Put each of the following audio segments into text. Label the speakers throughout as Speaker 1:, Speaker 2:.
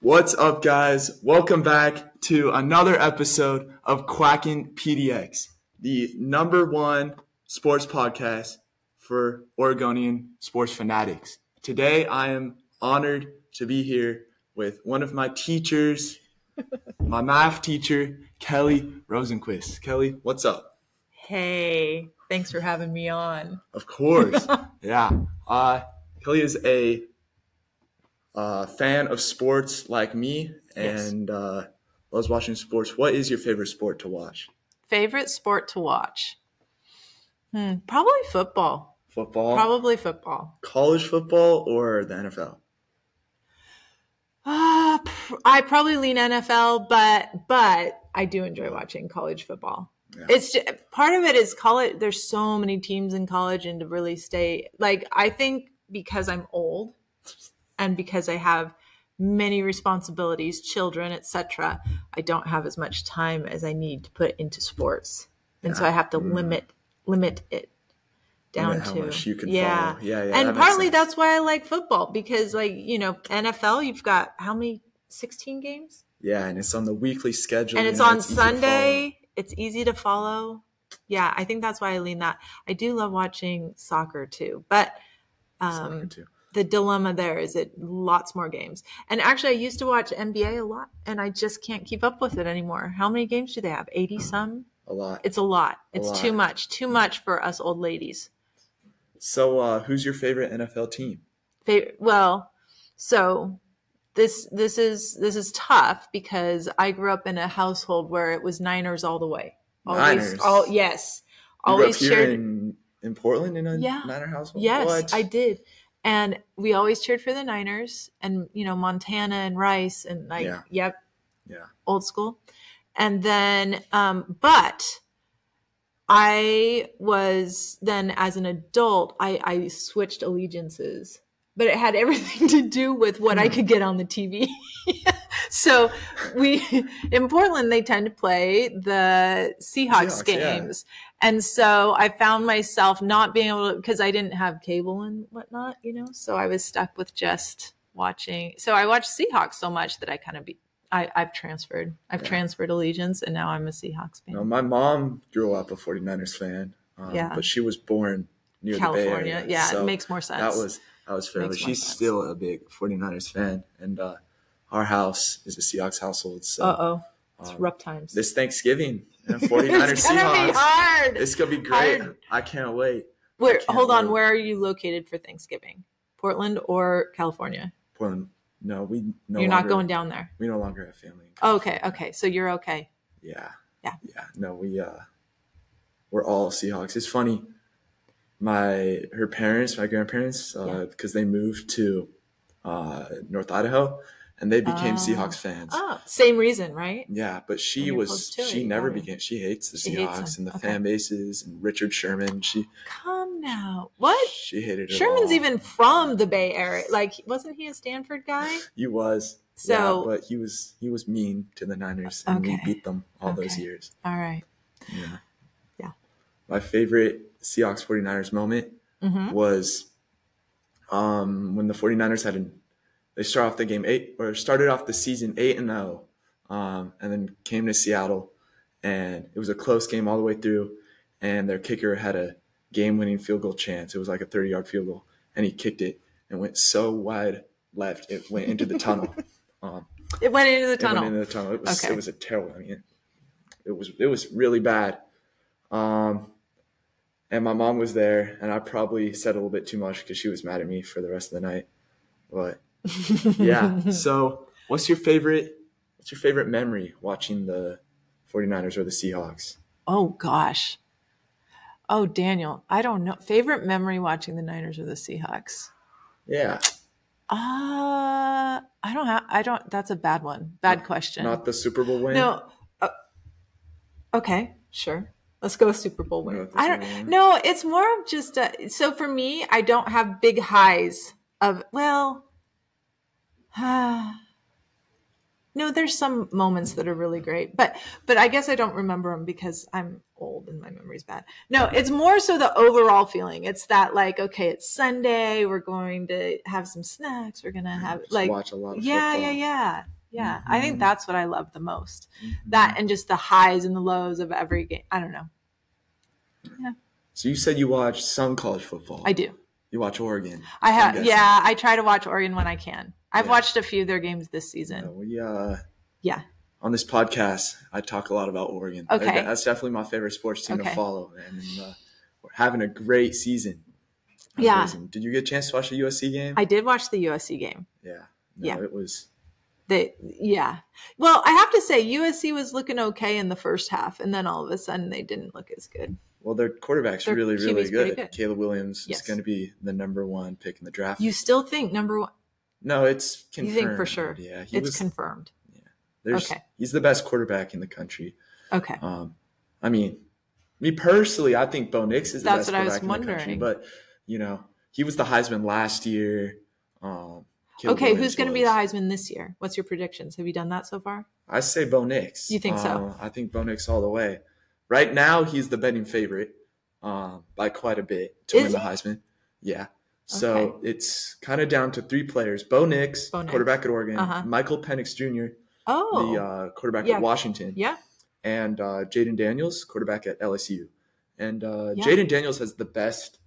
Speaker 1: What's up, guys? Welcome back to another episode of Quacking PDX, the number one sports podcast for Oregonian sports fanatics. Today, I am honored to be here with one of my teachers, my math teacher, Kelly Rosenquist. Kelly, what's up?
Speaker 2: Hey, thanks for having me on.
Speaker 1: Of course. yeah. Uh, Kelly is a uh, fan of sports like me
Speaker 2: Yes.
Speaker 1: and uh, loves watching sports. What is your favorite sport to watch?
Speaker 2: Favorite sport to watch? Hmm, probably football.
Speaker 1: Football?
Speaker 2: Probably football.
Speaker 1: College football or the NFL?
Speaker 2: Uh, pr- I probably lean NFL, but but I do enjoy watching college football.
Speaker 1: Yeah.
Speaker 2: It's ju- part of it is college. There's so many teams in college, and to really stay like I think because I'm old and because I have many responsibilities, children, etc. I don't have as much time as I need to put into sports, and so
Speaker 1: Yeah.
Speaker 2: I have to
Speaker 1: Mm.
Speaker 2: limit limit it down
Speaker 1: Limit how
Speaker 2: to
Speaker 1: much you can
Speaker 2: yeah
Speaker 1: follow. Yeah, yeah. that
Speaker 2: and
Speaker 1: makes
Speaker 2: partly
Speaker 1: sense.
Speaker 2: that's why I like football because, like, you know, NFL, you've got how many? 16 games?
Speaker 1: Yeah, and it's on the weekly schedule.
Speaker 2: And
Speaker 1: you
Speaker 2: it's
Speaker 1: know,
Speaker 2: on
Speaker 1: easy to follow.
Speaker 2: Sunday. It's easy to follow. Yeah, I think that's why I lean that. I do love watching soccer too, but
Speaker 1: Soccer,
Speaker 2: um,
Speaker 1: too.
Speaker 2: the dilemma there is it lots more games. And actually, I used to watch NBA a lot, and I just can't keep up with it anymore. How many games do they have? 80 some?
Speaker 1: A lot.
Speaker 2: It's a lot.
Speaker 1: A
Speaker 2: It's
Speaker 1: lot.
Speaker 2: too much. Too much for us old ladies.
Speaker 1: So, uh, who's your favorite NFL team?
Speaker 2: favorite well so this this is this is tough because i grew up in a household where it was niners all the way always
Speaker 1: Niners.
Speaker 2: all yes
Speaker 1: You grew up
Speaker 2: always
Speaker 1: here
Speaker 2: shared
Speaker 1: in, in Portland in a
Speaker 2: Yeah.
Speaker 1: Niner household?
Speaker 2: Yes,
Speaker 1: What?
Speaker 2: I did. And we always cheered for the Niners and, you know, Montana and Rice and like,
Speaker 1: Yeah.
Speaker 2: yep.
Speaker 1: Yeah.
Speaker 2: Old school. And then, um, but I was then as an adult, I, I switched allegiances, but it had everything to do with what I
Speaker 1: Hmm.
Speaker 2: could get on the TV. so we, in Portland, they tend to play the Seahawks,
Speaker 1: Seahawks, yeah.
Speaker 2: games. And so I found myself not being able to, because I didn't have cable and whatnot, you know, so I was stuck with just watching. So I watched Seahawks so much that I kind of be, I, I've transferred. I've
Speaker 1: Yeah.
Speaker 2: transferred allegiance and now I'm a Seahawks fan.
Speaker 1: No, my mom grew up a 49ers fan, um,
Speaker 2: Yeah.
Speaker 1: but she was born near the Bay
Speaker 2: California.
Speaker 1: Area.
Speaker 2: Yeah,
Speaker 1: so
Speaker 2: it makes more sense.
Speaker 1: that was that was fair. But
Speaker 2: makes more
Speaker 1: she's
Speaker 2: sense.
Speaker 1: still a big 49ers fan, and uh, our house is a Seahawks household. So
Speaker 2: Uh oh. It's
Speaker 1: um,
Speaker 2: rough times.
Speaker 1: this Thanksgiving, and 49ers
Speaker 2: it's gonna be
Speaker 1: Seahawks.
Speaker 2: hard.
Speaker 1: It's gonna be great.
Speaker 2: Hard.
Speaker 1: I can't wait. I
Speaker 2: Where,
Speaker 1: can't
Speaker 2: hold on.
Speaker 1: wait.
Speaker 2: Where are you located for Thanksgiving? Portland or California?
Speaker 1: Portland. No, we no.
Speaker 2: You're not
Speaker 1: longer-
Speaker 2: going down there. Oh,
Speaker 1: We no longer have family. in California.
Speaker 2: Okay. Okay. So you're okay.
Speaker 1: Yeah.
Speaker 2: Yeah.
Speaker 1: Yeah. No, we uh we're all Seahawks. It's funny. My her parents, my grandparents,
Speaker 2: Yeah.
Speaker 1: because they moved to uh, North Idaho, and they became
Speaker 2: Oh.
Speaker 1: Seahawks fans.
Speaker 2: Oh, same reason, right?
Speaker 1: Yeah, but
Speaker 2: And
Speaker 1: she
Speaker 2: you're
Speaker 1: was
Speaker 2: close to it,
Speaker 1: she
Speaker 2: you
Speaker 1: never
Speaker 2: got it.
Speaker 1: became. She hates the
Speaker 2: She hates
Speaker 1: Seahawks and
Speaker 2: them.
Speaker 1: the
Speaker 2: Okay.
Speaker 1: fan bases and Richard Sherman. She
Speaker 2: Come now. What?
Speaker 1: she hated it.
Speaker 2: Sherman's
Speaker 1: all.
Speaker 2: even from the Bay Area. Like, wasn't he a Stanford guy?
Speaker 1: He was.
Speaker 2: So-
Speaker 1: yeah, but he was he was mean to the Niners, and we
Speaker 2: Okay.
Speaker 1: beat them all those
Speaker 2: Okay.
Speaker 1: years.
Speaker 2: All right.
Speaker 1: Yeah.
Speaker 2: Yeah.
Speaker 1: My favorite Seahawks 49ers moment
Speaker 2: Mm-hmm.
Speaker 1: was um, when the 49ers had an they start off the game eight or started off the season eight and zero, um, and then came to Seattle, and it was a close game all the way through, and their kicker had a game-winning field goal chance. It was like a 30-yard field goal, and he kicked it and went so wide left it went into the tunnel. Um,
Speaker 2: It went into the
Speaker 1: it went
Speaker 2: tunnel.
Speaker 1: into the tunnel. It was
Speaker 2: Okay.
Speaker 1: it was a terrible. I mean, it, it was it was really bad. Um, and my mom was there, and I probably said a little bit too much because she was mad at me for the rest of the night. But yeah. so, what's your favorite? What's your favorite memory watching the 49ers or the Seahawks?
Speaker 2: oh, gosh. Oh, Daniel, I don't know. Favorite memory watching the Niners or the Seahawks?
Speaker 1: Yeah,
Speaker 2: Uh, I don't have, I don't, that's a bad one. Bad question.
Speaker 1: not the Super Bowl win.
Speaker 2: No. Uh, okay, sure. Let's go Super Bowl
Speaker 1: We'll go
Speaker 2: win.
Speaker 1: with the
Speaker 2: I
Speaker 1: Super Bowl
Speaker 2: don't.
Speaker 1: win.
Speaker 2: No, it's more of just a, so for me, I don't have big highs of well. no, there's some moments that are really great, but but I guess I don't remember them because I'm old and my memory's bad. No, it's more so the overall feeling. It's that like, okay, it's Sunday. We're going to have some snacks. We're gonna have
Speaker 1: Just
Speaker 2: like,
Speaker 1: watch a lot of
Speaker 2: yeah,
Speaker 1: football.
Speaker 2: yeah, yeah, yeah. I think
Speaker 1: Mhm.
Speaker 2: that's what I love the most.
Speaker 1: Mhm.
Speaker 2: That and just the highs and the lows of every game. I don't know.
Speaker 1: So you said you watch some college football.
Speaker 2: I do.
Speaker 1: You watch Oregon.
Speaker 2: I
Speaker 1: I'm
Speaker 2: have.
Speaker 1: guessing.
Speaker 2: Yeah, I try to watch Oregon when I can. I've
Speaker 1: Yeah.
Speaker 2: watched a few of their games this
Speaker 1: You
Speaker 2: season.
Speaker 1: know, we uh,
Speaker 2: Yeah.
Speaker 1: on this podcast, I talk a lot about Oregon. They're-
Speaker 2: Okay.
Speaker 1: that's definitely my favorite sports team to
Speaker 2: Okay.
Speaker 1: follow, man. and uh, we're having a great season.
Speaker 2: Yeah.
Speaker 1: Amazing. Did you get a chance to watch the USC game?
Speaker 2: I did watch the USC game.
Speaker 1: yeah.
Speaker 2: Yeah.
Speaker 1: It was.
Speaker 2: They, yeah. Well, I have to say, USC was looking okay in the first half, and then all of a sudden they didn't look as good.
Speaker 1: Well, their quarterback's
Speaker 2: Their
Speaker 1: really, really
Speaker 2: QB's pretty
Speaker 1: good.
Speaker 2: good.
Speaker 1: Caleb Williams
Speaker 2: Yes.
Speaker 1: is going to be the number one pick in the draft.
Speaker 2: You still think number one?
Speaker 1: no, it's
Speaker 2: You
Speaker 1: confirmed.
Speaker 2: think for sure?
Speaker 1: Yeah, he
Speaker 2: It's
Speaker 1: was.
Speaker 2: confirmed.
Speaker 1: there's,
Speaker 2: okay.
Speaker 1: He's the best quarterback in the country.
Speaker 2: Okay.
Speaker 1: Um, I mean, me personally, I think Bo Nix is the
Speaker 2: That's
Speaker 1: best
Speaker 2: what I was
Speaker 1: quarterback in the country.
Speaker 2: wondering.
Speaker 1: But you know, he was the Heisman last year. Um, Caleb
Speaker 2: okay. Who's
Speaker 1: Williams
Speaker 2: going to be
Speaker 1: was.
Speaker 2: the Heisman this year? What's your predictions? Have you done that so far?
Speaker 1: I say Bo Nix.
Speaker 2: You think so?
Speaker 1: Uh, I think Bo Nix all the way. Right now, he's the betting favorite um, by quite a bit to
Speaker 2: Is
Speaker 1: win the
Speaker 2: he?
Speaker 1: Heisman. Yeah. So it's kind of down to three players: Bo Nix,
Speaker 2: Bo Nix.
Speaker 1: quarterback at Oregon;
Speaker 2: Uh-huh.
Speaker 1: Michael Penix Jr.,
Speaker 2: Oh,
Speaker 1: the uh, quarterback
Speaker 2: Yeah.
Speaker 1: at Washington;
Speaker 2: yeah.
Speaker 1: and uh, Jaden Daniels, quarterback at LSU. And uh,
Speaker 2: Yeah.
Speaker 1: Jaden Daniels has the best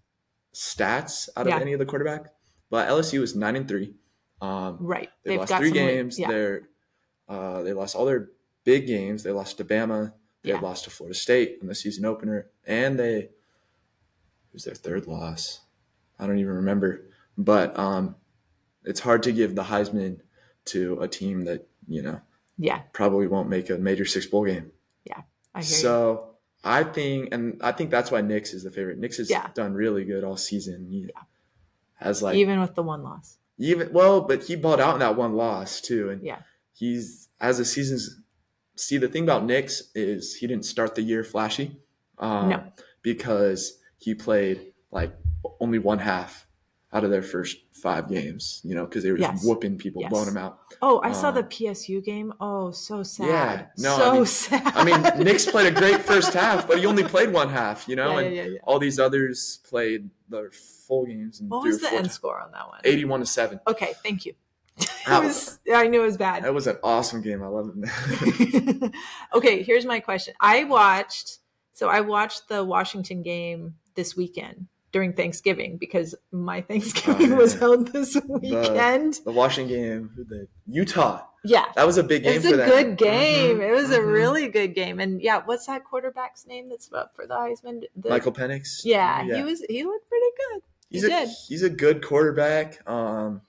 Speaker 1: stats out of
Speaker 2: Yeah.
Speaker 1: any of the quarterback. But LSU is nine and three. Um,
Speaker 2: Right.
Speaker 1: they lost three
Speaker 2: Mm. some le-
Speaker 1: games.
Speaker 2: Yeah.
Speaker 1: They're uh, they lost all their big games. They lost to Bama. They
Speaker 2: Yeah.
Speaker 1: lost to Florida State in the season opener, and they it was their third loss. I don't even remember, but um, it's hard to give the Heisman to a team that you know
Speaker 2: Yeah.
Speaker 1: probably won't make a major six bowl game.
Speaker 2: I hear you.
Speaker 1: So I think, and I think that's why Knicks is the favorite. Knicks has
Speaker 2: Yeah.
Speaker 1: done really good all season. He Has like even,
Speaker 2: Even with the one loss.
Speaker 1: well, but he balled out in that one loss too, and
Speaker 2: Yeah.
Speaker 1: he's as the season's. See, the thing about Knicks is he didn't start the year flashy, um,
Speaker 2: No.
Speaker 1: because he played like only one half out of their first five games. You know, because they were just
Speaker 2: Yes.
Speaker 1: whooping people,
Speaker 2: Yes.
Speaker 1: blowing them out.
Speaker 2: Oh, I saw the
Speaker 1: Um,
Speaker 2: PSU game. Oh, so sad.
Speaker 1: Yeah. No, I
Speaker 2: so
Speaker 1: mean-
Speaker 2: sad.
Speaker 1: I mean, Knicks played a great first half, but he only played one half. You know,
Speaker 2: Yeah,
Speaker 1: and
Speaker 2: yeah, yeah, yeah.
Speaker 1: all these others played their full games. And
Speaker 2: What
Speaker 1: three
Speaker 2: was
Speaker 1: or
Speaker 2: the
Speaker 1: four
Speaker 2: end
Speaker 1: times.
Speaker 2: score on that one?
Speaker 1: Eighty-one to seven.
Speaker 2: Okay, thank you. I
Speaker 1: That
Speaker 2: was I knew it was bad.
Speaker 1: That was an awesome game. I love it.
Speaker 2: okay, here's my question. I watched so I watched the Washington game this weekend during Thanksgiving because my Thanksgiving
Speaker 1: Oh, yeah,
Speaker 2: was
Speaker 1: yeah.
Speaker 2: held this weekend.
Speaker 1: the Washington game, who'd they- Utah.
Speaker 2: yeah.
Speaker 1: That was a big game.
Speaker 2: It was
Speaker 1: for
Speaker 2: a
Speaker 1: them.
Speaker 2: good game.
Speaker 1: Mhm,
Speaker 2: It was a
Speaker 1: mhm.
Speaker 2: really good game. And yeah, what's that quarterback's name that's up for the Heisman? The-
Speaker 1: Michael Penix.
Speaker 2: yeah, he was he looked pretty good.
Speaker 1: He's
Speaker 2: he
Speaker 1: a
Speaker 2: did.
Speaker 1: he's a good quarterback. Um,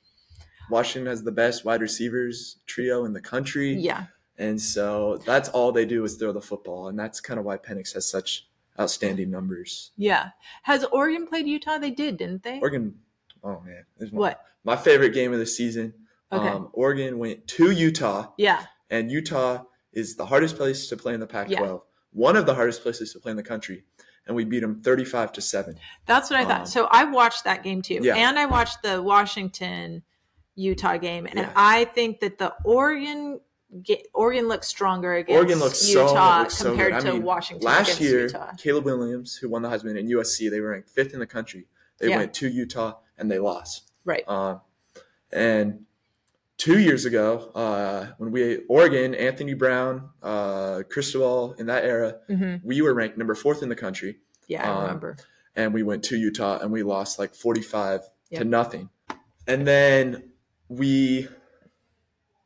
Speaker 1: Washington has the best wide receivers trio in the country.
Speaker 2: Yeah.
Speaker 1: And so that's all they do is throw the football, and that's kind of why Penix has such outstanding numbers.
Speaker 2: Yeah. Has Oregon played Utah? They did, didn't they?
Speaker 1: Oregon, oh man, this is my,
Speaker 2: What?
Speaker 1: my favorite game of the season.
Speaker 2: Okay.
Speaker 1: Um, Oregon went to Utah,
Speaker 2: Yeah.
Speaker 1: and Utah is the hardest place to play in the Pac-12,
Speaker 2: Yeah.
Speaker 1: one of the hardest places to play in the country, and we beat them 35 to seven.
Speaker 2: That's what I
Speaker 1: Um,
Speaker 2: thought. So I watched that game too.
Speaker 1: Yeah.
Speaker 2: And I watched the Washington Utah game. And
Speaker 1: Yeah.
Speaker 2: I think that the Oregon ga- Oregon looks stronger against
Speaker 1: Oregon looks so-
Speaker 2: Utah
Speaker 1: looks so
Speaker 2: compared
Speaker 1: good. I
Speaker 2: to
Speaker 1: mean,
Speaker 2: Washington
Speaker 1: Last
Speaker 2: against
Speaker 1: year,
Speaker 2: Utah.
Speaker 1: Caleb Williams, who won the Heisman in USC, they were ranked fifth in the country. They
Speaker 2: Yeah.
Speaker 1: went to Utah and they lost.
Speaker 2: Right.
Speaker 1: Um, and two years ago, uh, when we Oregon, Anthony Brown, uh, Cristobal in that era,
Speaker 2: hmm
Speaker 1: we were ranked number fourth in the country,
Speaker 2: Yeah, I
Speaker 1: um,
Speaker 2: remember.
Speaker 1: and we went to Utah and we lost like forty-five
Speaker 2: Yeah.
Speaker 1: to nothing. And then we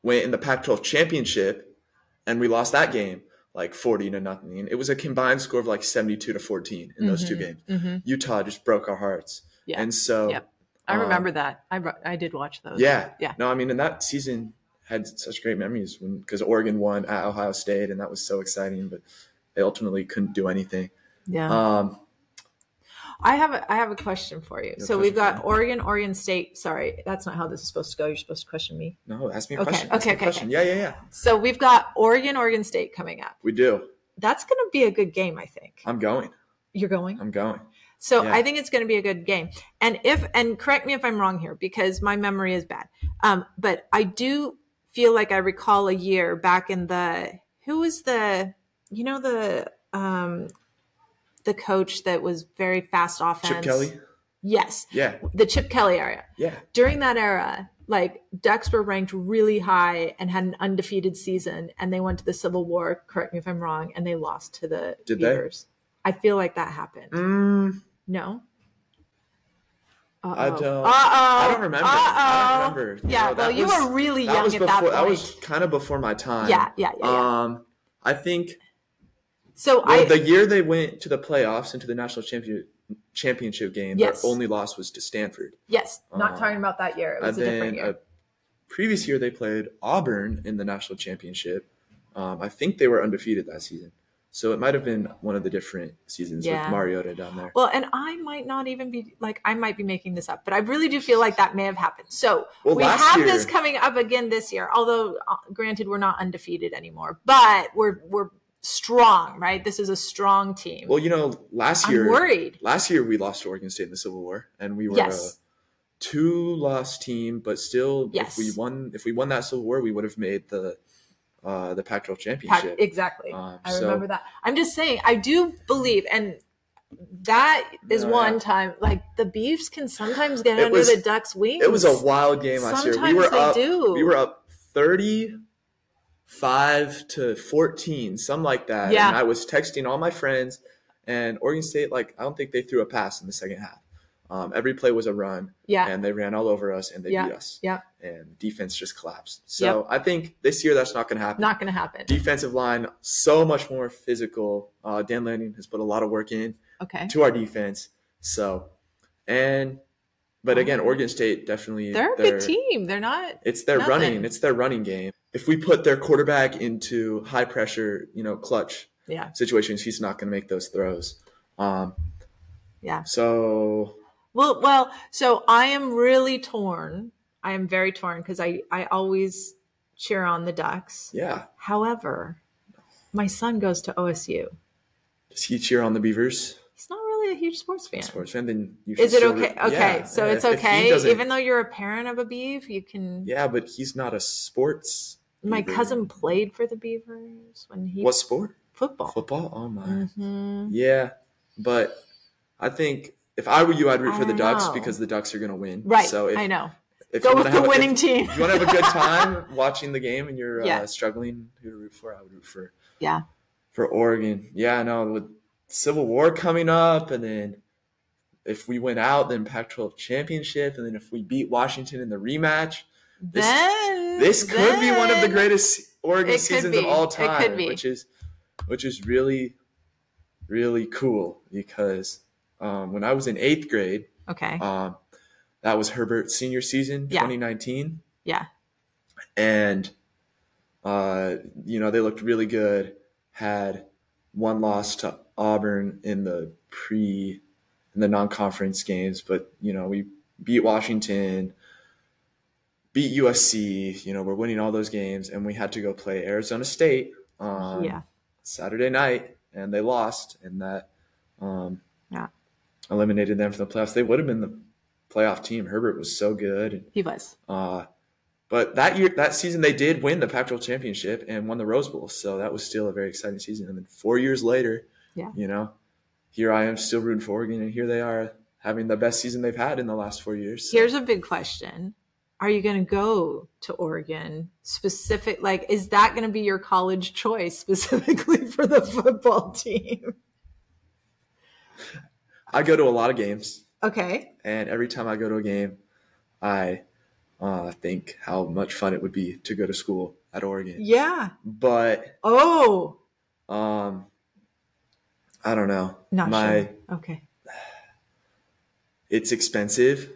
Speaker 1: went in the Pac-12 championship and we lost that game like forty to nothing. It was a combined score of like seventy-two to fourteen in those two
Speaker 2: Mhm.
Speaker 1: games.
Speaker 2: hmm
Speaker 1: Utah just broke our hearts,
Speaker 2: Yeah.
Speaker 1: and so.
Speaker 2: Yep. I
Speaker 1: um,
Speaker 2: remember that. I, ru- I did watch those.
Speaker 1: Yeah.
Speaker 2: Yeah.
Speaker 1: No, I mean, and that season had such great memories when because Oregon won at Ohio State, and that was so exciting, but they ultimately couldn't do anything.
Speaker 2: Yeah.
Speaker 1: Um,
Speaker 2: I have a, I have a question for you.
Speaker 1: You have a
Speaker 2: So we've
Speaker 1: question for
Speaker 2: got
Speaker 1: me?
Speaker 2: Oregon, Oregon State. Sorry, that's not how this is supposed to go. You're supposed to question me.
Speaker 1: no, ask me a
Speaker 2: Okay,
Speaker 1: question. ask
Speaker 2: okay,
Speaker 1: me a
Speaker 2: okay,
Speaker 1: question. Yeah, yeah, yeah.
Speaker 2: So we've got Oregon, Oregon State coming up.
Speaker 1: We do.
Speaker 2: That's going to be a good game, I think.
Speaker 1: I'm going.
Speaker 2: You're going?
Speaker 1: I'm going.
Speaker 2: So
Speaker 1: Uh, yeah.
Speaker 2: I think it's going to be a good game. And if and correct me if I'm wrong here because my memory is bad. Um, but I do feel like I recall a year back in the who was the you know the um the coach that was very fast offense.
Speaker 1: Chip Kelly.
Speaker 2: Yes,
Speaker 1: Yeah,
Speaker 2: the Chip Kelly era.
Speaker 1: yeah.
Speaker 2: During that era, like Ducks were ranked really high and had an undefeated season, and they went to the Civil War. Correct me if I'm wrong, and they lost to the
Speaker 1: Did they?
Speaker 2: Beavers. I feel like that happened.
Speaker 1: Mm,
Speaker 2: No. Uh-oh.
Speaker 1: I don't-
Speaker 2: Uh-oh.
Speaker 1: I don't remember. I don't
Speaker 2: Uh-oh.
Speaker 1: remember.
Speaker 2: Yeah,
Speaker 1: No,
Speaker 2: well,
Speaker 1: that
Speaker 2: you
Speaker 1: was-
Speaker 2: were really
Speaker 1: that
Speaker 2: young
Speaker 1: was
Speaker 2: at
Speaker 1: before.
Speaker 2: that point.
Speaker 1: was kind of before my time.
Speaker 2: yeah, yeah, yeah. yeah.
Speaker 1: Um, I think
Speaker 2: so
Speaker 1: well,
Speaker 2: I
Speaker 1: the year they went to the playoffs and to the national champion, championship game,
Speaker 2: Yes.
Speaker 1: their only loss was to Stanford.
Speaker 2: yes, not
Speaker 1: um,
Speaker 2: talking about that year. It was
Speaker 1: and
Speaker 2: a different
Speaker 1: then
Speaker 2: year.
Speaker 1: a previous year they played Auburn in the national championship. Um, I think they were undefeated that season, so it might have been one of the different seasons
Speaker 2: Yeah.
Speaker 1: with Mariota down there.
Speaker 2: well, and I might not even be like I might be making this up, but I really do feel like that may have happened. So
Speaker 1: Well,
Speaker 2: we
Speaker 1: last
Speaker 2: have
Speaker 1: year-
Speaker 2: this coming up again this year. Although, uh, granted, we're not undefeated anymore, but we're we're strong, right? This is a strong team.
Speaker 1: Well, you know, last
Speaker 2: I'm
Speaker 1: year
Speaker 2: worried.
Speaker 1: last year we lost to Oregon State in the Civil War, and we were a
Speaker 2: Yes.
Speaker 1: two-loss team. But still,
Speaker 2: Yes.
Speaker 1: if we won, if we won that Civil War, we would have made the uh, the Pac-12
Speaker 2: Pac-
Speaker 1: championship.
Speaker 2: exactly.
Speaker 1: Um,
Speaker 2: I
Speaker 1: so-
Speaker 2: remember that. I'm just saying, I do believe, and that is
Speaker 1: Yeah.
Speaker 2: one time. Like the beefs can sometimes get
Speaker 1: It
Speaker 2: under
Speaker 1: was-
Speaker 2: the ducks' wings.
Speaker 1: it was a wild game last year. We
Speaker 2: Sometimes
Speaker 1: were
Speaker 2: they
Speaker 1: up.
Speaker 2: do.
Speaker 1: We were up thirty-five to fourteen, something like that.
Speaker 2: Yeah.
Speaker 1: And I was texting all my friends, and Oregon State, like, I don't think they threw a pass in the second half. Um, every play was a run,
Speaker 2: yeah,
Speaker 1: and they ran all over us, and they
Speaker 2: Yeah.
Speaker 1: beat us.
Speaker 2: Yeah.
Speaker 1: And defense just collapsed. So I think this year that's not going to happen.
Speaker 2: not going to happen.
Speaker 1: Defensive line so much more physical. Uh, Dan Lanning has put a lot of work in
Speaker 2: Okay,
Speaker 1: to our defense. So, and but again, Oregon State definitely
Speaker 2: Oh. they're a
Speaker 1: their-
Speaker 2: good team. They're not.
Speaker 1: It's their
Speaker 2: Nothing.
Speaker 1: running. It's their running game. If we put their quarterback into high pressure, you know, clutch
Speaker 2: Yeah,
Speaker 1: situations, he's not going to make those throws. Um,
Speaker 2: yeah.
Speaker 1: so
Speaker 2: Well, well. So I am really torn. I am very torn because I I always cheer on the ducks.
Speaker 1: yeah,
Speaker 2: However, my son goes to OSU.
Speaker 1: does he cheer on the Beavers?
Speaker 2: He's not really a huge sports fan.
Speaker 1: Sports fan? Then you should
Speaker 2: Is it
Speaker 1: still-
Speaker 2: okay?
Speaker 1: yeah,
Speaker 2: Okay, so
Speaker 1: yeah,
Speaker 2: it's
Speaker 1: if he
Speaker 2: okay,
Speaker 1: doesn't-
Speaker 2: even though you're a parent of a beef, you can.
Speaker 1: yeah, but he's not a sports.
Speaker 2: My
Speaker 1: Beaver.
Speaker 2: cousin played for the Beavers when he
Speaker 1: What sport?
Speaker 2: football.
Speaker 1: Football. Oh my.
Speaker 2: Mhm.
Speaker 1: Yeah, but I think if I were you, I'd root
Speaker 2: I
Speaker 1: for the
Speaker 2: don't
Speaker 1: Ducks
Speaker 2: know.
Speaker 1: because the Ducks are going to win.
Speaker 2: Right,
Speaker 1: So if,
Speaker 2: I know.
Speaker 1: If
Speaker 2: Go
Speaker 1: you
Speaker 2: with
Speaker 1: wanna
Speaker 2: the
Speaker 1: have a- if
Speaker 2: winning team.
Speaker 1: you want to have a good time watching the game and you're
Speaker 2: Yeah.
Speaker 1: uh, struggling who to root for, I would root for
Speaker 2: Yeah,
Speaker 1: for Oregon. Yeah, no, with Civil War coming up, and then if we went out, then Pac-12 championship, and then if we beat Washington in the rematch, This-
Speaker 2: then
Speaker 1: this could be one of the
Speaker 2: then-
Speaker 1: greatest Oregon
Speaker 2: It could
Speaker 1: seasons of
Speaker 2: be.
Speaker 1: all
Speaker 2: It could
Speaker 1: time,
Speaker 2: be.
Speaker 1: which is which is really really cool because um, when I was in eighth grade,
Speaker 2: Okay,
Speaker 1: um, that was Herbert's senior season,
Speaker 2: Yeah.
Speaker 1: 2019.
Speaker 2: Yeah.
Speaker 1: And, uh, you know, they looked really good, had one loss to Auburn in the pre, in the non conference games, but, you know, we beat Washington, beat USC, you know, we're winning all those games, and we had to go play Arizona State on
Speaker 2: Yeah.
Speaker 1: Saturday night, and they lost, and that, um,
Speaker 2: Yeah.
Speaker 1: eliminated them from the playoffs. They would have been the playoff team. Herbert was so good.
Speaker 2: he was.
Speaker 1: Uh, but that year, that season, they did win the Pac-12 championship and won the Rose Bowl. So that was still a very exciting season. And then four years later,
Speaker 2: Yeah.
Speaker 1: you know, here I am still rooting for Oregon, and here they are having the best season they've had in the last four years. So
Speaker 2: Here's a big question: Are you going to go to Oregon specific? Like, is that going to be your college choice specifically for the football team?
Speaker 1: I go to a lot of games,
Speaker 2: Okay,
Speaker 1: and every time I go to a game, I uh, think how much fun it would be to go to school at Oregon.
Speaker 2: yeah.
Speaker 1: But
Speaker 2: Oh,
Speaker 1: Um, I don't know.
Speaker 2: not
Speaker 1: My
Speaker 2: sure. Okay,
Speaker 1: it's expensive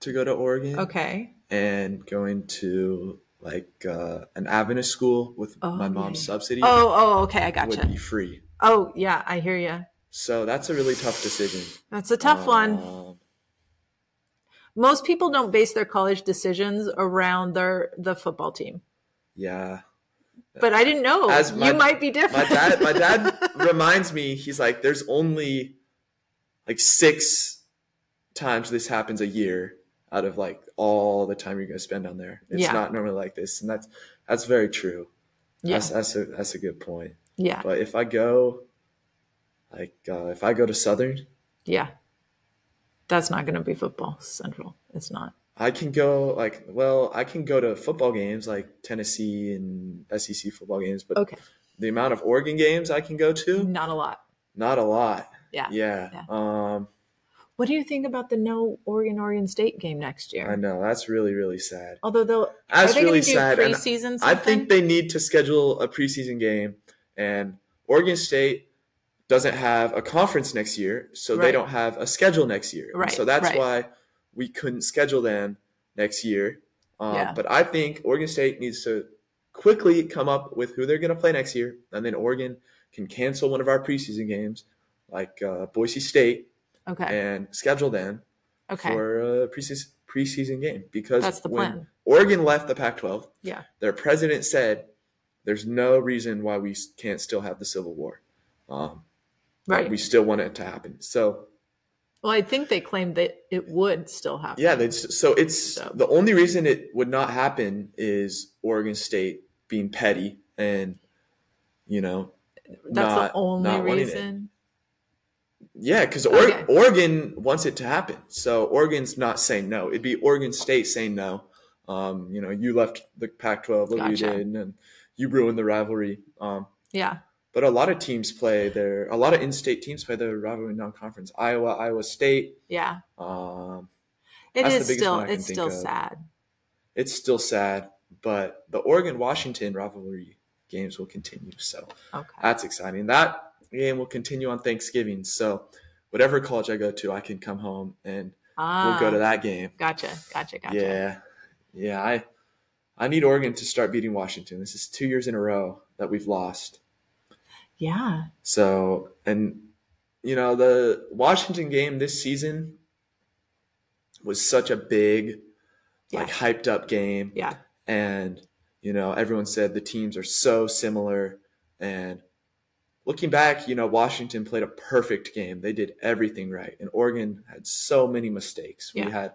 Speaker 1: to go to Oregon,
Speaker 2: okay.
Speaker 1: and going to like uh, an Adventist school with
Speaker 2: Oh,
Speaker 1: my mom's
Speaker 2: yeah.
Speaker 1: subsidy
Speaker 2: Oh, oh, okay, I
Speaker 1: would
Speaker 2: gotcha.
Speaker 1: be free.
Speaker 2: Oh, yeah, I hear you.
Speaker 1: So that's a really tough decision.
Speaker 2: That's a tough one.
Speaker 1: Um,
Speaker 2: Most people don't base their college decisions around their the football team,
Speaker 1: Yeah,
Speaker 2: but I didn't know
Speaker 1: As my-
Speaker 2: you might be
Speaker 1: my
Speaker 2: different.
Speaker 1: dad. My dad reminds me. He's like, there's only like six times this happens a year out of like all the time you're gonna spend on there. It's
Speaker 2: Yeah.
Speaker 1: not normally like this, and that's that's very true.
Speaker 2: yeah,
Speaker 1: That's that's a that's a good point.
Speaker 2: yeah,
Speaker 1: But if I go, Like uh, if I go to Southern,
Speaker 2: Yeah. That's not going to be football central. It's not.
Speaker 1: I can go like well, I can go to football games like Tennessee and SEC football games, but
Speaker 2: Okay.
Speaker 1: the amount of Oregon games I can go to,
Speaker 2: Not a lot.
Speaker 1: not a lot.
Speaker 2: Yeah.
Speaker 1: Yeah.
Speaker 2: Yeah.
Speaker 1: Um,
Speaker 2: What do you think about the no Oregon Oregon State game next year?
Speaker 1: I know that's really really sad.
Speaker 2: Although they'll
Speaker 1: That's
Speaker 2: are they
Speaker 1: really
Speaker 2: going to do
Speaker 1: sad. and
Speaker 2: preseason?
Speaker 1: I
Speaker 2: something?
Speaker 1: think they need to schedule a preseason game, and Oregon State doesn't have a conference next year, so
Speaker 2: Right.
Speaker 1: they don't have a schedule next year. And
Speaker 2: Right,
Speaker 1: So that's
Speaker 2: right.
Speaker 1: why we couldn't schedule them next year. Um,
Speaker 2: Yeah.
Speaker 1: But I think Oregon State needs to quickly come up with who they're going to play next year, and then Oregon can cancel one of our preseason games, like uh, Boise State,
Speaker 2: okay.
Speaker 1: and schedule them
Speaker 2: Okay.
Speaker 1: for a preseason preseason game because
Speaker 2: That's the
Speaker 1: when
Speaker 2: plan.
Speaker 1: Oregon left the Pac-12
Speaker 2: Yeah.
Speaker 1: their president said there's no reason why we s- can't still have the civil war um,
Speaker 2: Right.
Speaker 1: we still want it to happen so
Speaker 2: well, I think they claimed that it would still happen.
Speaker 1: yeah they, s- so it's
Speaker 2: So-
Speaker 1: the only reason it would not happen is oregon state being petty and you know
Speaker 2: That's
Speaker 1: not-
Speaker 2: the only
Speaker 1: not wanting it.
Speaker 2: reason.
Speaker 1: yeah because
Speaker 2: Okay.
Speaker 1: oregon wants it to happen so oregon's not saying no it'd be oregon state saying no um, you know you left the pac 12 look what you
Speaker 2: Gotcha.
Speaker 1: did and you ruined the rivalry um,
Speaker 2: Yeah.
Speaker 1: But a lot of teams play their a lot of in-state teams play their rivalry non-conference. Iowa, Iowa State.
Speaker 2: Yeah.
Speaker 1: Um,
Speaker 2: It
Speaker 1: That's the
Speaker 2: is
Speaker 1: biggest
Speaker 2: still
Speaker 1: one I can
Speaker 2: it's
Speaker 1: think
Speaker 2: still
Speaker 1: of.
Speaker 2: sad.
Speaker 1: it's still sad, but the Oregon Washington rivalry games will continue. So
Speaker 2: Okay.
Speaker 1: that's exciting. That game will continue on Thanksgiving. So whatever college I go to, I can come home and
Speaker 2: Ah,
Speaker 1: we'll go to that game.
Speaker 2: Gotcha. Gotcha. Gotcha.
Speaker 1: Yeah, yeah. I I need Oregon to start beating Washington. This is two years in a row that we've lost.
Speaker 2: Yeah.
Speaker 1: So, and you know, the Washington game this season was such a big, like
Speaker 2: Yeah.
Speaker 1: hyped up game,
Speaker 2: Yeah.
Speaker 1: and you know, everyone said the teams are so similar. And looking back, you know, Washington played a perfect game. They did everything right, and Oregon had so many mistakes.
Speaker 2: Yeah.
Speaker 1: We had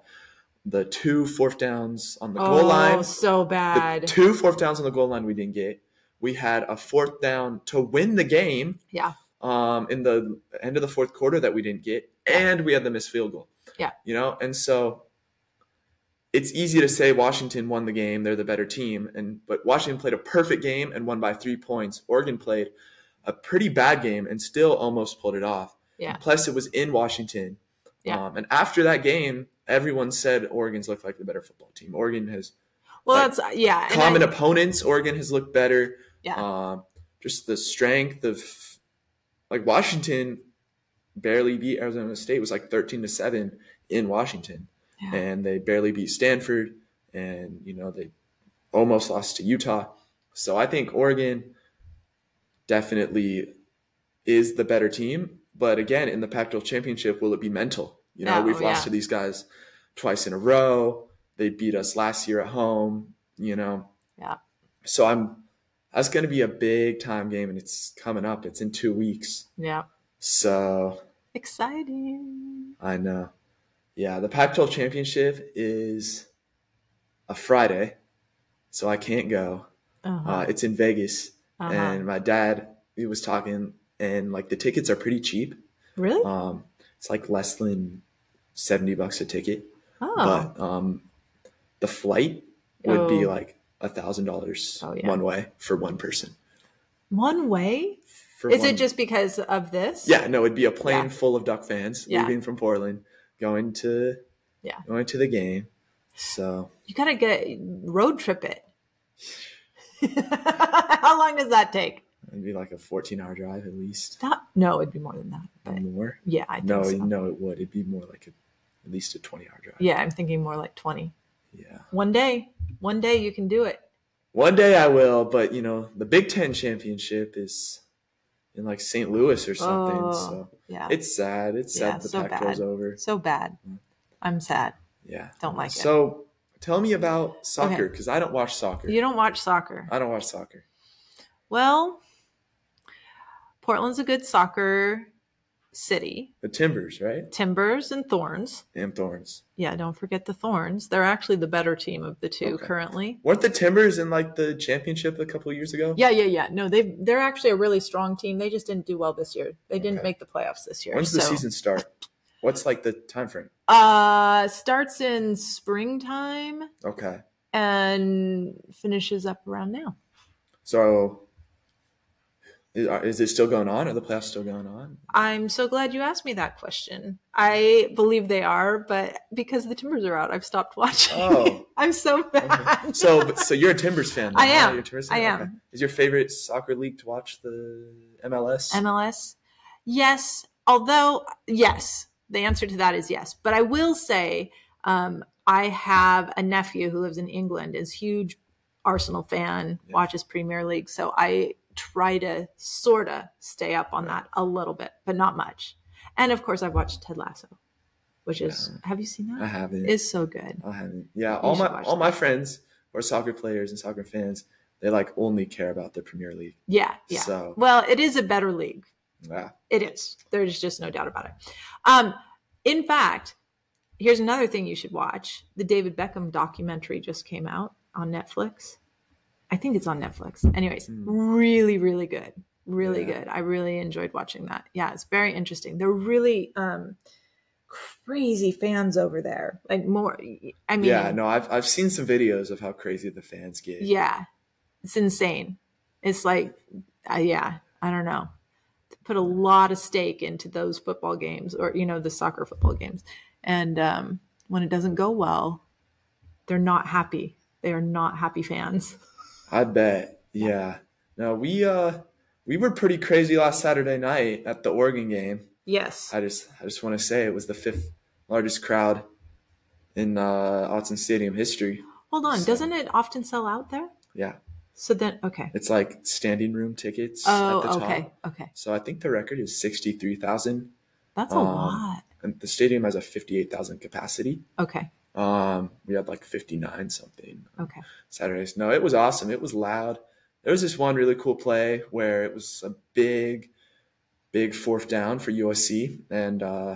Speaker 1: the two fourth downs on the
Speaker 2: Oh,
Speaker 1: goal line.
Speaker 2: so
Speaker 1: The
Speaker 2: bad.
Speaker 1: two fourth downs on the goal line we didn't get. We had a fourth down to win the game
Speaker 2: Yeah.
Speaker 1: um, in the end of the fourth quarter that we didn't get, and we had the missed field goal.
Speaker 2: Yeah.
Speaker 1: You know, and so it's easy to say Washington won the game; they're the better team, and but Washington played a perfect game and won by three points. Oregon played a pretty bad game and still almost pulled it off.
Speaker 2: Yeah.
Speaker 1: Plus, it was in Washington.
Speaker 2: Yeah.
Speaker 1: Um, and after that game, everyone said Oregon's looked like the better football team. Oregon has
Speaker 2: Well,
Speaker 1: like,
Speaker 2: that's yeah. and
Speaker 1: common
Speaker 2: I-
Speaker 1: opponents. Oregon has looked better.
Speaker 2: Yeah.
Speaker 1: Um, just the strength of like Washington barely beat Arizona State It was like thirteen to seven in Washington,
Speaker 2: Yeah.
Speaker 1: and they barely beat Stanford, and you know they almost lost to Utah. So I think Oregon definitely is the better team. But again, in the Pac-12 championship, will it be mental? You know,
Speaker 2: No,
Speaker 1: we've lost
Speaker 2: yeah.
Speaker 1: to these guys twice in a row. They beat us last year at home. You know,
Speaker 2: Yeah.
Speaker 1: So I'm that's going to be a big time game, and it's coming up. It's in two weeks.
Speaker 2: yeah.
Speaker 1: So
Speaker 2: Exciting.
Speaker 1: I know. uh, Yeah, the Pac-12 championship is a Friday, so I can't go.
Speaker 2: Uh-huh.
Speaker 1: Uh, it's in Vegas,
Speaker 2: uh-huh.
Speaker 1: and my dad he was talking, and like the tickets are pretty cheap.
Speaker 2: really?
Speaker 1: Um, it's like less than seventy bucks a ticket,
Speaker 2: oh.
Speaker 1: but um, the flight would be
Speaker 2: Oh.
Speaker 1: like a thousand dollars
Speaker 2: Oh, yeah.
Speaker 1: one way for one person.
Speaker 2: One way?
Speaker 1: For
Speaker 2: Is
Speaker 1: one-
Speaker 2: it just because of this?
Speaker 1: Yeah, no, it'd be a plane
Speaker 2: Yeah.
Speaker 1: full of Duck fans
Speaker 2: Yeah.
Speaker 1: leaving from Portland, going to
Speaker 2: Yeah.
Speaker 1: going to the game. So
Speaker 2: You gotta get road trip it. How long does that take?
Speaker 1: it'd be like a fourteen hour drive at least.
Speaker 2: That no, it'd be more than that. But
Speaker 1: More?
Speaker 2: yeah, I think
Speaker 1: No,
Speaker 2: so.
Speaker 1: no, it would. It'd be more like a, at least a twenty hour drive.
Speaker 2: Yeah, I'm thinking more like twenty.
Speaker 1: yeah.
Speaker 2: One day. One day you can do it.
Speaker 1: One day I will, but you know, the Big Ten championship is in like St. Louis or something.
Speaker 2: Oh,
Speaker 1: So
Speaker 2: yeah.
Speaker 1: it's sad. It's
Speaker 2: Yeah,
Speaker 1: sad the
Speaker 2: so
Speaker 1: Pac 12's
Speaker 2: bad.
Speaker 1: over.
Speaker 2: so bad. I'm sad.
Speaker 1: Yeah.
Speaker 2: Don't like it.
Speaker 1: So tell me about soccer because I don't watch soccer.
Speaker 2: You don't watch soccer.
Speaker 1: I don't watch soccer.
Speaker 2: Well, Portland's a good soccer city,
Speaker 1: The Timbers, right?
Speaker 2: Timbers and Thorns.
Speaker 1: Damn Thorns.
Speaker 2: Yeah, don't forget the Thorns. They're actually the better team of the two
Speaker 1: Okay.
Speaker 2: currently.
Speaker 1: Weren't the Timbers in like the championship a couple years ago?
Speaker 2: Yeah, yeah, yeah. No, they they're actually a really strong team. They just didn't do well this year. They didn't
Speaker 1: Okay.
Speaker 2: make the playoffs this year.
Speaker 1: When's the
Speaker 2: so-
Speaker 1: season start? What's like the time frame?
Speaker 2: Uh, starts in springtime
Speaker 1: Okay.
Speaker 2: and finishes up around now.
Speaker 1: So is, are- is it still going on? Are the playoffs still going on?
Speaker 2: I'm so glad you asked me that question. I believe they are, but because the Timbers are out, I've stopped watching.
Speaker 1: Oh.
Speaker 2: I'm so
Speaker 1: Okay.
Speaker 2: mad.
Speaker 1: so but- so you're a Timbers fan.
Speaker 2: I
Speaker 1: now,
Speaker 2: am.
Speaker 1: huh? You're a Timbers
Speaker 2: I
Speaker 1: fan?
Speaker 2: am.
Speaker 1: Okay. Is your favorite soccer league to watch the MLS?
Speaker 2: MLS? Yes. Although, yes, the answer to that is yes. But I will say, um, I have a nephew who lives in England, is huge Arsenal fan,
Speaker 1: Yeah.
Speaker 2: watches Premier League. So I try to sort of stay up on that a little bit, but not much. And of course, I've watched Ted Lasso, which is, have you seen
Speaker 1: I
Speaker 2: that?
Speaker 1: haven't.
Speaker 2: It's so good.
Speaker 1: I haven't. Yeah, all
Speaker 2: should
Speaker 1: my
Speaker 2: watch
Speaker 1: all
Speaker 2: that.
Speaker 1: my friends who are soccer players and soccer fans. They like only care about the Premier League.
Speaker 2: Yeah, yeah.
Speaker 1: So-
Speaker 2: Well, it is a better league.
Speaker 1: Yeah.
Speaker 2: It is. There's just no doubt about it. Um, in fact, here's another thing you should watch. The David Beckham documentary just came out on Netflix. I think it's on Netflix. Anyways, really, really good. Really
Speaker 1: Hmm. Yeah.
Speaker 2: good. I really enjoyed watching that. Yeah, it's very interesting. They're really um, crazy fans over there. Like more, I mean,
Speaker 1: yeah, no, I've I've seen some videos of how crazy the fans get.
Speaker 2: yeah, it's insane. It's like, uh, yeah, I don't know. Put a lot of stake into those football games, or you know, the soccer football games, and um, when it doesn't go well, they're not happy. They are not happy fans.
Speaker 1: I bet. Yeah. No, we uh we were pretty crazy last Saturday night at the Oregon game.
Speaker 2: Yes,
Speaker 1: I just I just want to say it was the fifth largest crowd in uh Autzen Stadium history.
Speaker 2: hold on.
Speaker 1: so-
Speaker 2: Doesn't it often sell out there?
Speaker 1: Yeah.
Speaker 2: So then, okay.
Speaker 1: It's like standing room tickets at
Speaker 2: Oh,
Speaker 1: the
Speaker 2: okay,
Speaker 1: top.
Speaker 2: okay.
Speaker 1: So I think the record is 63,000
Speaker 2: That's a
Speaker 1: Um,
Speaker 2: lot.
Speaker 1: and the stadium has a 58,000 capacity.
Speaker 2: Okay,
Speaker 1: Um we had like 59 something.
Speaker 2: okay.
Speaker 1: Saturdays. No, it was awesome. It was loud. There was this one really cool play where it was a big, big fourth down for USC, and uh,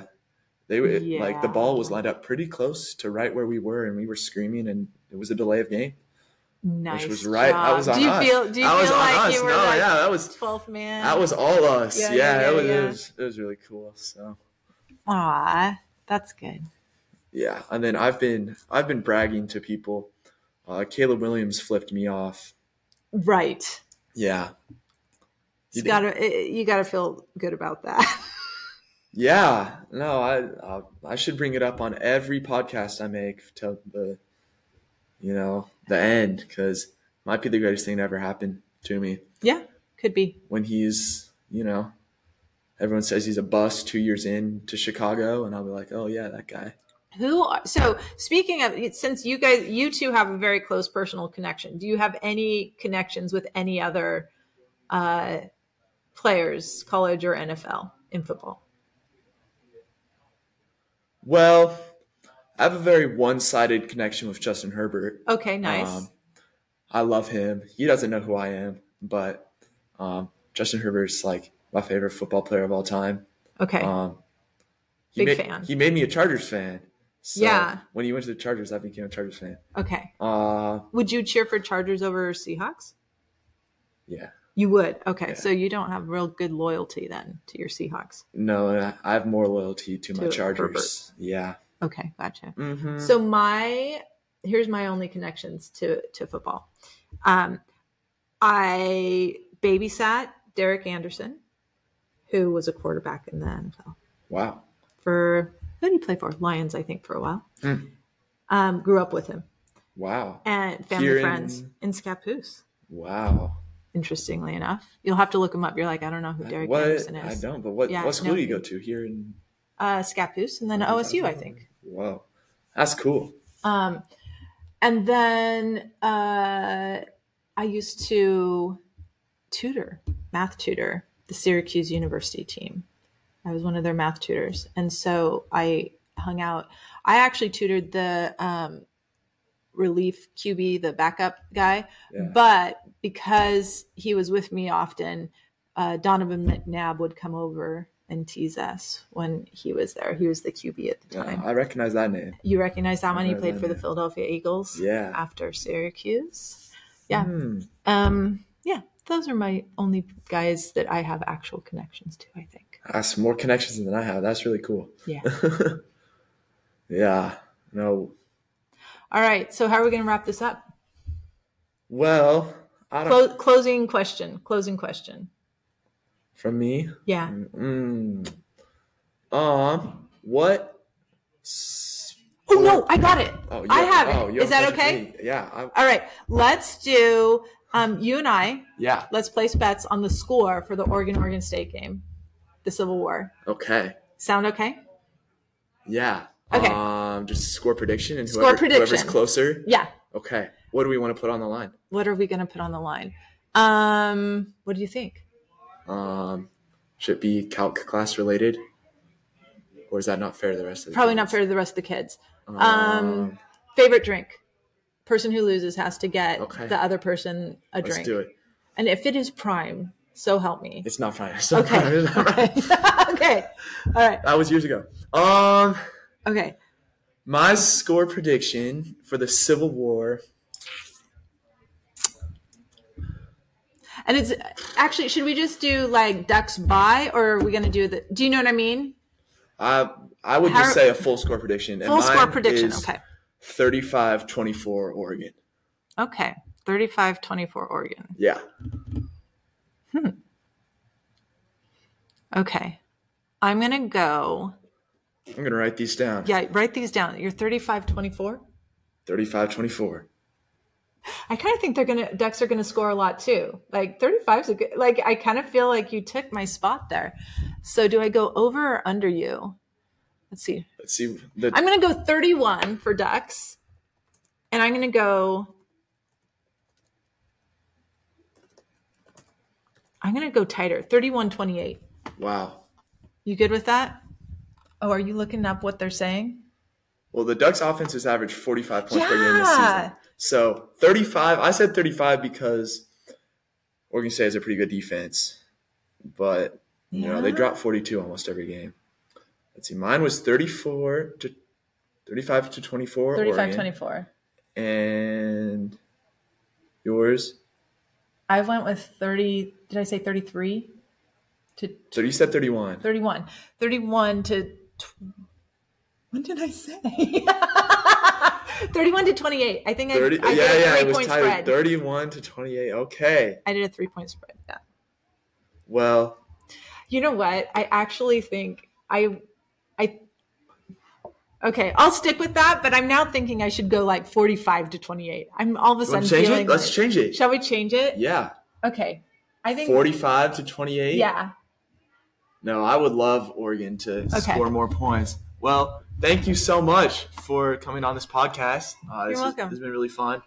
Speaker 1: they were like the
Speaker 2: Yeah.
Speaker 1: ball was lined up pretty close to right where we were, and we were screaming, and it was a delay of game,
Speaker 2: Nice.
Speaker 1: which was right. That
Speaker 2: job.
Speaker 1: was on
Speaker 2: do you
Speaker 1: us.
Speaker 2: feel? Do you
Speaker 1: that
Speaker 2: feel
Speaker 1: was on
Speaker 2: like
Speaker 1: us.
Speaker 2: you were
Speaker 1: no,
Speaker 2: like
Speaker 1: yeah, that was
Speaker 2: 12th man?
Speaker 1: that was all us.
Speaker 2: Yeah,
Speaker 1: Yeah,
Speaker 2: yeah,
Speaker 1: that
Speaker 2: yeah,
Speaker 1: was,
Speaker 2: yeah.
Speaker 1: It was it was really cool. So
Speaker 2: Aw, that's good.
Speaker 1: yeah, and then I've been I've been bragging to people. Uh, Caleb Williams flipped me off.
Speaker 2: Right.
Speaker 1: Yeah,
Speaker 2: You
Speaker 1: You
Speaker 2: gotta it- you gotta feel good about that.
Speaker 1: Yeah, no, I, I I should bring it up on every podcast I make till the, you know, the end because might be the greatest thing that ever happened to me
Speaker 2: yeah, could be.
Speaker 1: when he's you know, everyone says he's a bust two years in to Chicago and I'll be like, oh yeah, that guy.
Speaker 2: Who? Are, so speaking of, since you guys you two have a very close personal connection, do you have any connections with any other uh, players, college or NFL, in football?
Speaker 1: Well, I have a very one-sided connection with Justin Herbert.
Speaker 2: Okay, nice.
Speaker 1: Um, I love him. He doesn't know who I am, but um, Justin Herbert's like my favorite football player of all time.
Speaker 2: okay,
Speaker 1: Um, he
Speaker 2: Big
Speaker 1: made,
Speaker 2: fan.
Speaker 1: He made me a Chargers fan. So
Speaker 2: Yeah.
Speaker 1: When he went to the Chargers, I became a Chargers fan.
Speaker 2: okay.
Speaker 1: Uh,
Speaker 2: Would you cheer for Chargers over Seahawks?
Speaker 1: yeah.
Speaker 2: You would. Okay,
Speaker 1: Yeah.
Speaker 2: so you don't have real good loyalty then to your Seahawks.
Speaker 1: No, I- I have more loyalty to, my
Speaker 2: To
Speaker 1: Chargers. Yeah.
Speaker 2: Okay, gotcha.
Speaker 1: Mm-hmm.
Speaker 2: So my here's my only connections to to football. Um, I babysat Derek Anderson, who was a quarterback in the NFL
Speaker 1: wow.
Speaker 2: for who did he play for? Lions, I think, for a while.
Speaker 1: Hmm.
Speaker 2: Um, grew up with him
Speaker 1: Wow.
Speaker 2: and family
Speaker 1: Here in-
Speaker 2: friends in Scappoose.
Speaker 1: Wow.
Speaker 2: Interestingly enough, you'll have to look him up. You're like, I don't know who Derek
Speaker 1: what?
Speaker 2: Anderson
Speaker 1: I
Speaker 2: is.
Speaker 1: don't, but what,
Speaker 2: Yeah,
Speaker 1: what school
Speaker 2: no.
Speaker 1: do you go to here in?
Speaker 2: Uh, Scappoose, and then OSU, I think.
Speaker 1: Wow. That's cool.
Speaker 2: Um, and then uh, I used to tutor, math tutor, the Syracuse University team. I was one of their math tutors. And so I hung out. I actually tutored the um, relief QB, the backup guy.
Speaker 1: Yeah.
Speaker 2: But because he was with me often, uh, Donovan McNabb would come over and tease us when he was there. He was the QB at the
Speaker 1: Yeah,
Speaker 2: time.
Speaker 1: I recognize that name.
Speaker 2: You recognize that one? He
Speaker 1: know
Speaker 2: played
Speaker 1: that
Speaker 2: for the
Speaker 1: name.
Speaker 2: Philadelphia Eagles
Speaker 1: Yeah.
Speaker 2: after Syracuse. Yeah.
Speaker 1: Hmm.
Speaker 2: Um, yeah, those are my only guys that I have actual connections to, I think.
Speaker 1: That's more connections than I have. That's really cool.
Speaker 2: Yeah.
Speaker 1: yeah. No.
Speaker 2: All right. So, how are we going to wrap this up?
Speaker 1: Well, I don't.
Speaker 2: Clo- closing question. Closing question.
Speaker 1: From me.
Speaker 2: Yeah.
Speaker 1: Mm. Um. What? s-
Speaker 2: Oh, no, I got it.
Speaker 1: you
Speaker 2: I have
Speaker 1: oh,
Speaker 2: it.
Speaker 1: you
Speaker 2: Is
Speaker 1: have a
Speaker 2: that
Speaker 1: question
Speaker 2: okay?
Speaker 1: for me. Yeah. I,
Speaker 2: All right. Let's do um, you and I.
Speaker 1: yeah.
Speaker 2: Let's place bets on the score for the Oregon Oregon State game, the Civil War.
Speaker 1: Okay.
Speaker 2: Sound okay?
Speaker 1: Yeah.
Speaker 2: Okay.
Speaker 1: Um. Just score prediction and
Speaker 2: Score
Speaker 1: whoever, whoever's
Speaker 2: prediction.
Speaker 1: closer.
Speaker 2: Yeah.
Speaker 1: Okay. What do we want to put on the line?
Speaker 2: What are we going to put on the line? Um, what do you think?
Speaker 1: Um. Should it be calc class related? Or is that not fair to the rest of the
Speaker 2: Probably
Speaker 1: kids?
Speaker 2: not fair to the rest of the kids.
Speaker 1: Uh,
Speaker 2: Um, favorite drink. Person who loses has to get
Speaker 1: Okay.
Speaker 2: the other person a
Speaker 1: Let's
Speaker 2: drink.
Speaker 1: do it.
Speaker 2: And if it is prime, so help me.
Speaker 1: It's not fine.
Speaker 2: Okay. okay. okay. All right.
Speaker 1: that was years ago. Um,
Speaker 2: Okay.
Speaker 1: my score prediction for the Civil War.
Speaker 2: And it's actually, should we just do like ducks by or are we going to do the, do you know what I mean?
Speaker 1: I I would
Speaker 2: How-
Speaker 1: just say a full score prediction. and
Speaker 2: Full score
Speaker 1: mine
Speaker 2: prediction.
Speaker 1: is
Speaker 2: Okay.
Speaker 1: 35-24 Oregon.
Speaker 2: Okay. 35 24 Oregon.
Speaker 1: Yeah.
Speaker 2: Okay. I'm going to go.
Speaker 1: I'm going to write these down.
Speaker 2: Yeah, write these down. You're 35 24.
Speaker 1: 35-24.
Speaker 2: I kind of think they're going to, Ducks are going to score a lot too. Like 35 is a good, like I kind of feel like you took my spot there. So do I go over or under you? Let's see.
Speaker 1: Let's see the
Speaker 2: I'm going to go 31 for Ducks. And I'm going to go. I'm going to go tighter, 31 28.
Speaker 1: wow.
Speaker 2: You good with that? Oh, are you looking up what they're saying?
Speaker 1: Well, the Ducks offense has averaged 45 points per game this season.
Speaker 2: Yeah.
Speaker 1: So 35. I said 35 because Oregon State has a pretty good defense, but you know they
Speaker 2: Yeah.
Speaker 1: drop 42 almost every game. Let's see. Mine was 34 to 35 to 24.
Speaker 2: 35
Speaker 1: Oregon.
Speaker 2: 24.
Speaker 1: And yours.
Speaker 2: I went with 30. Did I say 33 to
Speaker 1: So you said 31.
Speaker 2: 31? 31 to. Tw- when did I say? 31 to 28. I think
Speaker 1: 30,
Speaker 2: I, I
Speaker 1: yeah,
Speaker 2: did a
Speaker 1: yeah,
Speaker 2: three
Speaker 1: it was
Speaker 2: point
Speaker 1: tied
Speaker 2: spread.
Speaker 1: 31 to 28. Okay.
Speaker 2: I did a three point spread. Yeah.
Speaker 1: Well,
Speaker 2: You know what? I actually think I, I, okay, I'll stick with that. But I'm now thinking I should go like 45 to 28. I'm all of a
Speaker 1: you want
Speaker 2: sudden
Speaker 1: to change
Speaker 2: feeling.
Speaker 1: it? Let's
Speaker 2: like-
Speaker 1: change it.
Speaker 2: Shall we change it?
Speaker 1: Yeah.
Speaker 2: Okay. I think.
Speaker 1: 45 to 28.
Speaker 2: Yeah.
Speaker 1: No, I would love Oregon to
Speaker 2: Okay.
Speaker 1: score more points. Well, thank you so much for coming on this podcast. Uh,
Speaker 2: You're
Speaker 1: this
Speaker 2: welcome.
Speaker 1: Has, it's been really fun.